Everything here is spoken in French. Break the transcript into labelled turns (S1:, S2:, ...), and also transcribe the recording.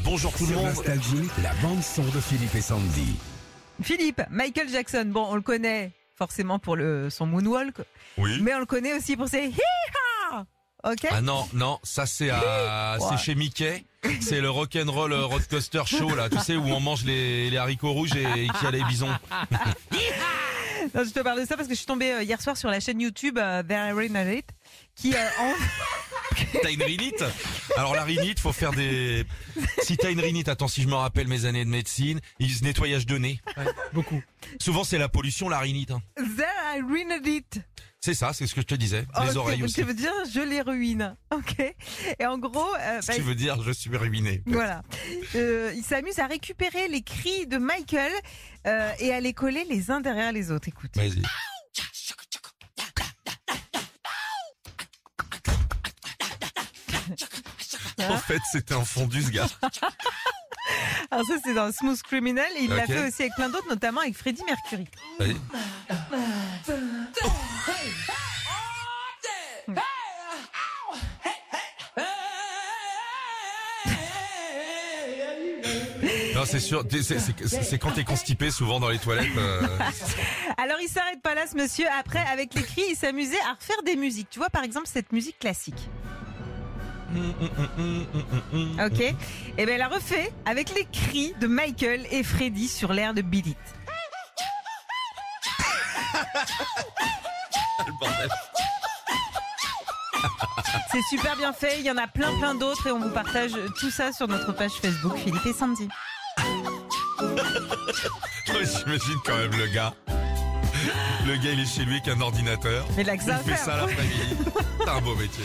S1: Bonjour tout le
S2: Sur
S1: monde.
S2: Nostalgie, la bande son de Philippe et Sandy.
S3: Philippe, Michael Jackson, bon, on le connaît forcément pour le, son moonwalk,
S1: Oui.
S3: mais on le connaît aussi pour ses hi-ha Ok
S1: Ah non, non, ça c'est à, c'est
S3: Ouais.
S1: chez Mickey. C'est le rock'n'roll euh, roadcoaster show là, tu sais où on mange les, les haricots rouges et, et qu'il y a les bisons.
S3: Non, Je te parle de ça parce que je suis tombée euh, hier soir sur la chaîne YouTube euh, There Rain on It, qui euh, en-
S1: T'as une rhinite Alors la rhinite, faut faire des. Si t'as une rhinite, attends, si je me rappelle mes années de médecine, ils se nettoyage de nez. beaucoup. Souvent c'est la pollution, la rhinite. hein.
S3: There I ruined it.
S1: C'est ça, c'est ce que je te disais.
S3: Oh,
S1: les
S3: tu-
S1: oreilles
S3: Tu
S1: aussi.
S3: veux dire je les ruine, ok Et en gros, euh,
S1: Ce
S3: bah,
S1: qui veut dire, je suis ruiné.
S3: Voilà. Euh, il s'amuse à récupérer les cris de Michael euh, et à les coller les uns derrière les autres. Écoute.
S1: Vas-y. En fait, c'était un fondu ce gars.
S3: Alors ça, c'est dans Smooth Criminal. Et il l'a
S1: Ok.
S3: fait aussi avec plein d'autres, notamment avec Freddie Mercury.
S1: Vas-y. Non, c'est sûr, t'es- c'est- c'est c'est quand t'es constipé souvent dans les toilettes. euh,
S3: Alors il s'arrête pas là, ce monsieur. Après, avec les cris, il s'amusait à refaire des musiques. Tu vois, par exemple, cette musique classique. Ok. Et bien, elle a refait avec les cris de Michael et Freddie sur l'air de Beat It.
S1: le bordel.
S3: C'est super bien fait. Il y en a plein, plein d'autres et on vous partage tout ça sur notre page Facebook Philippe et Sandy.
S1: J'imagine quand même le gars. Le gars, il est chez lui avec un ordinateur.
S3: Mais là, que
S1: Il
S3: ça à
S1: fait
S3: faire.
S1: ça l'après-midi. C'est un beau métier.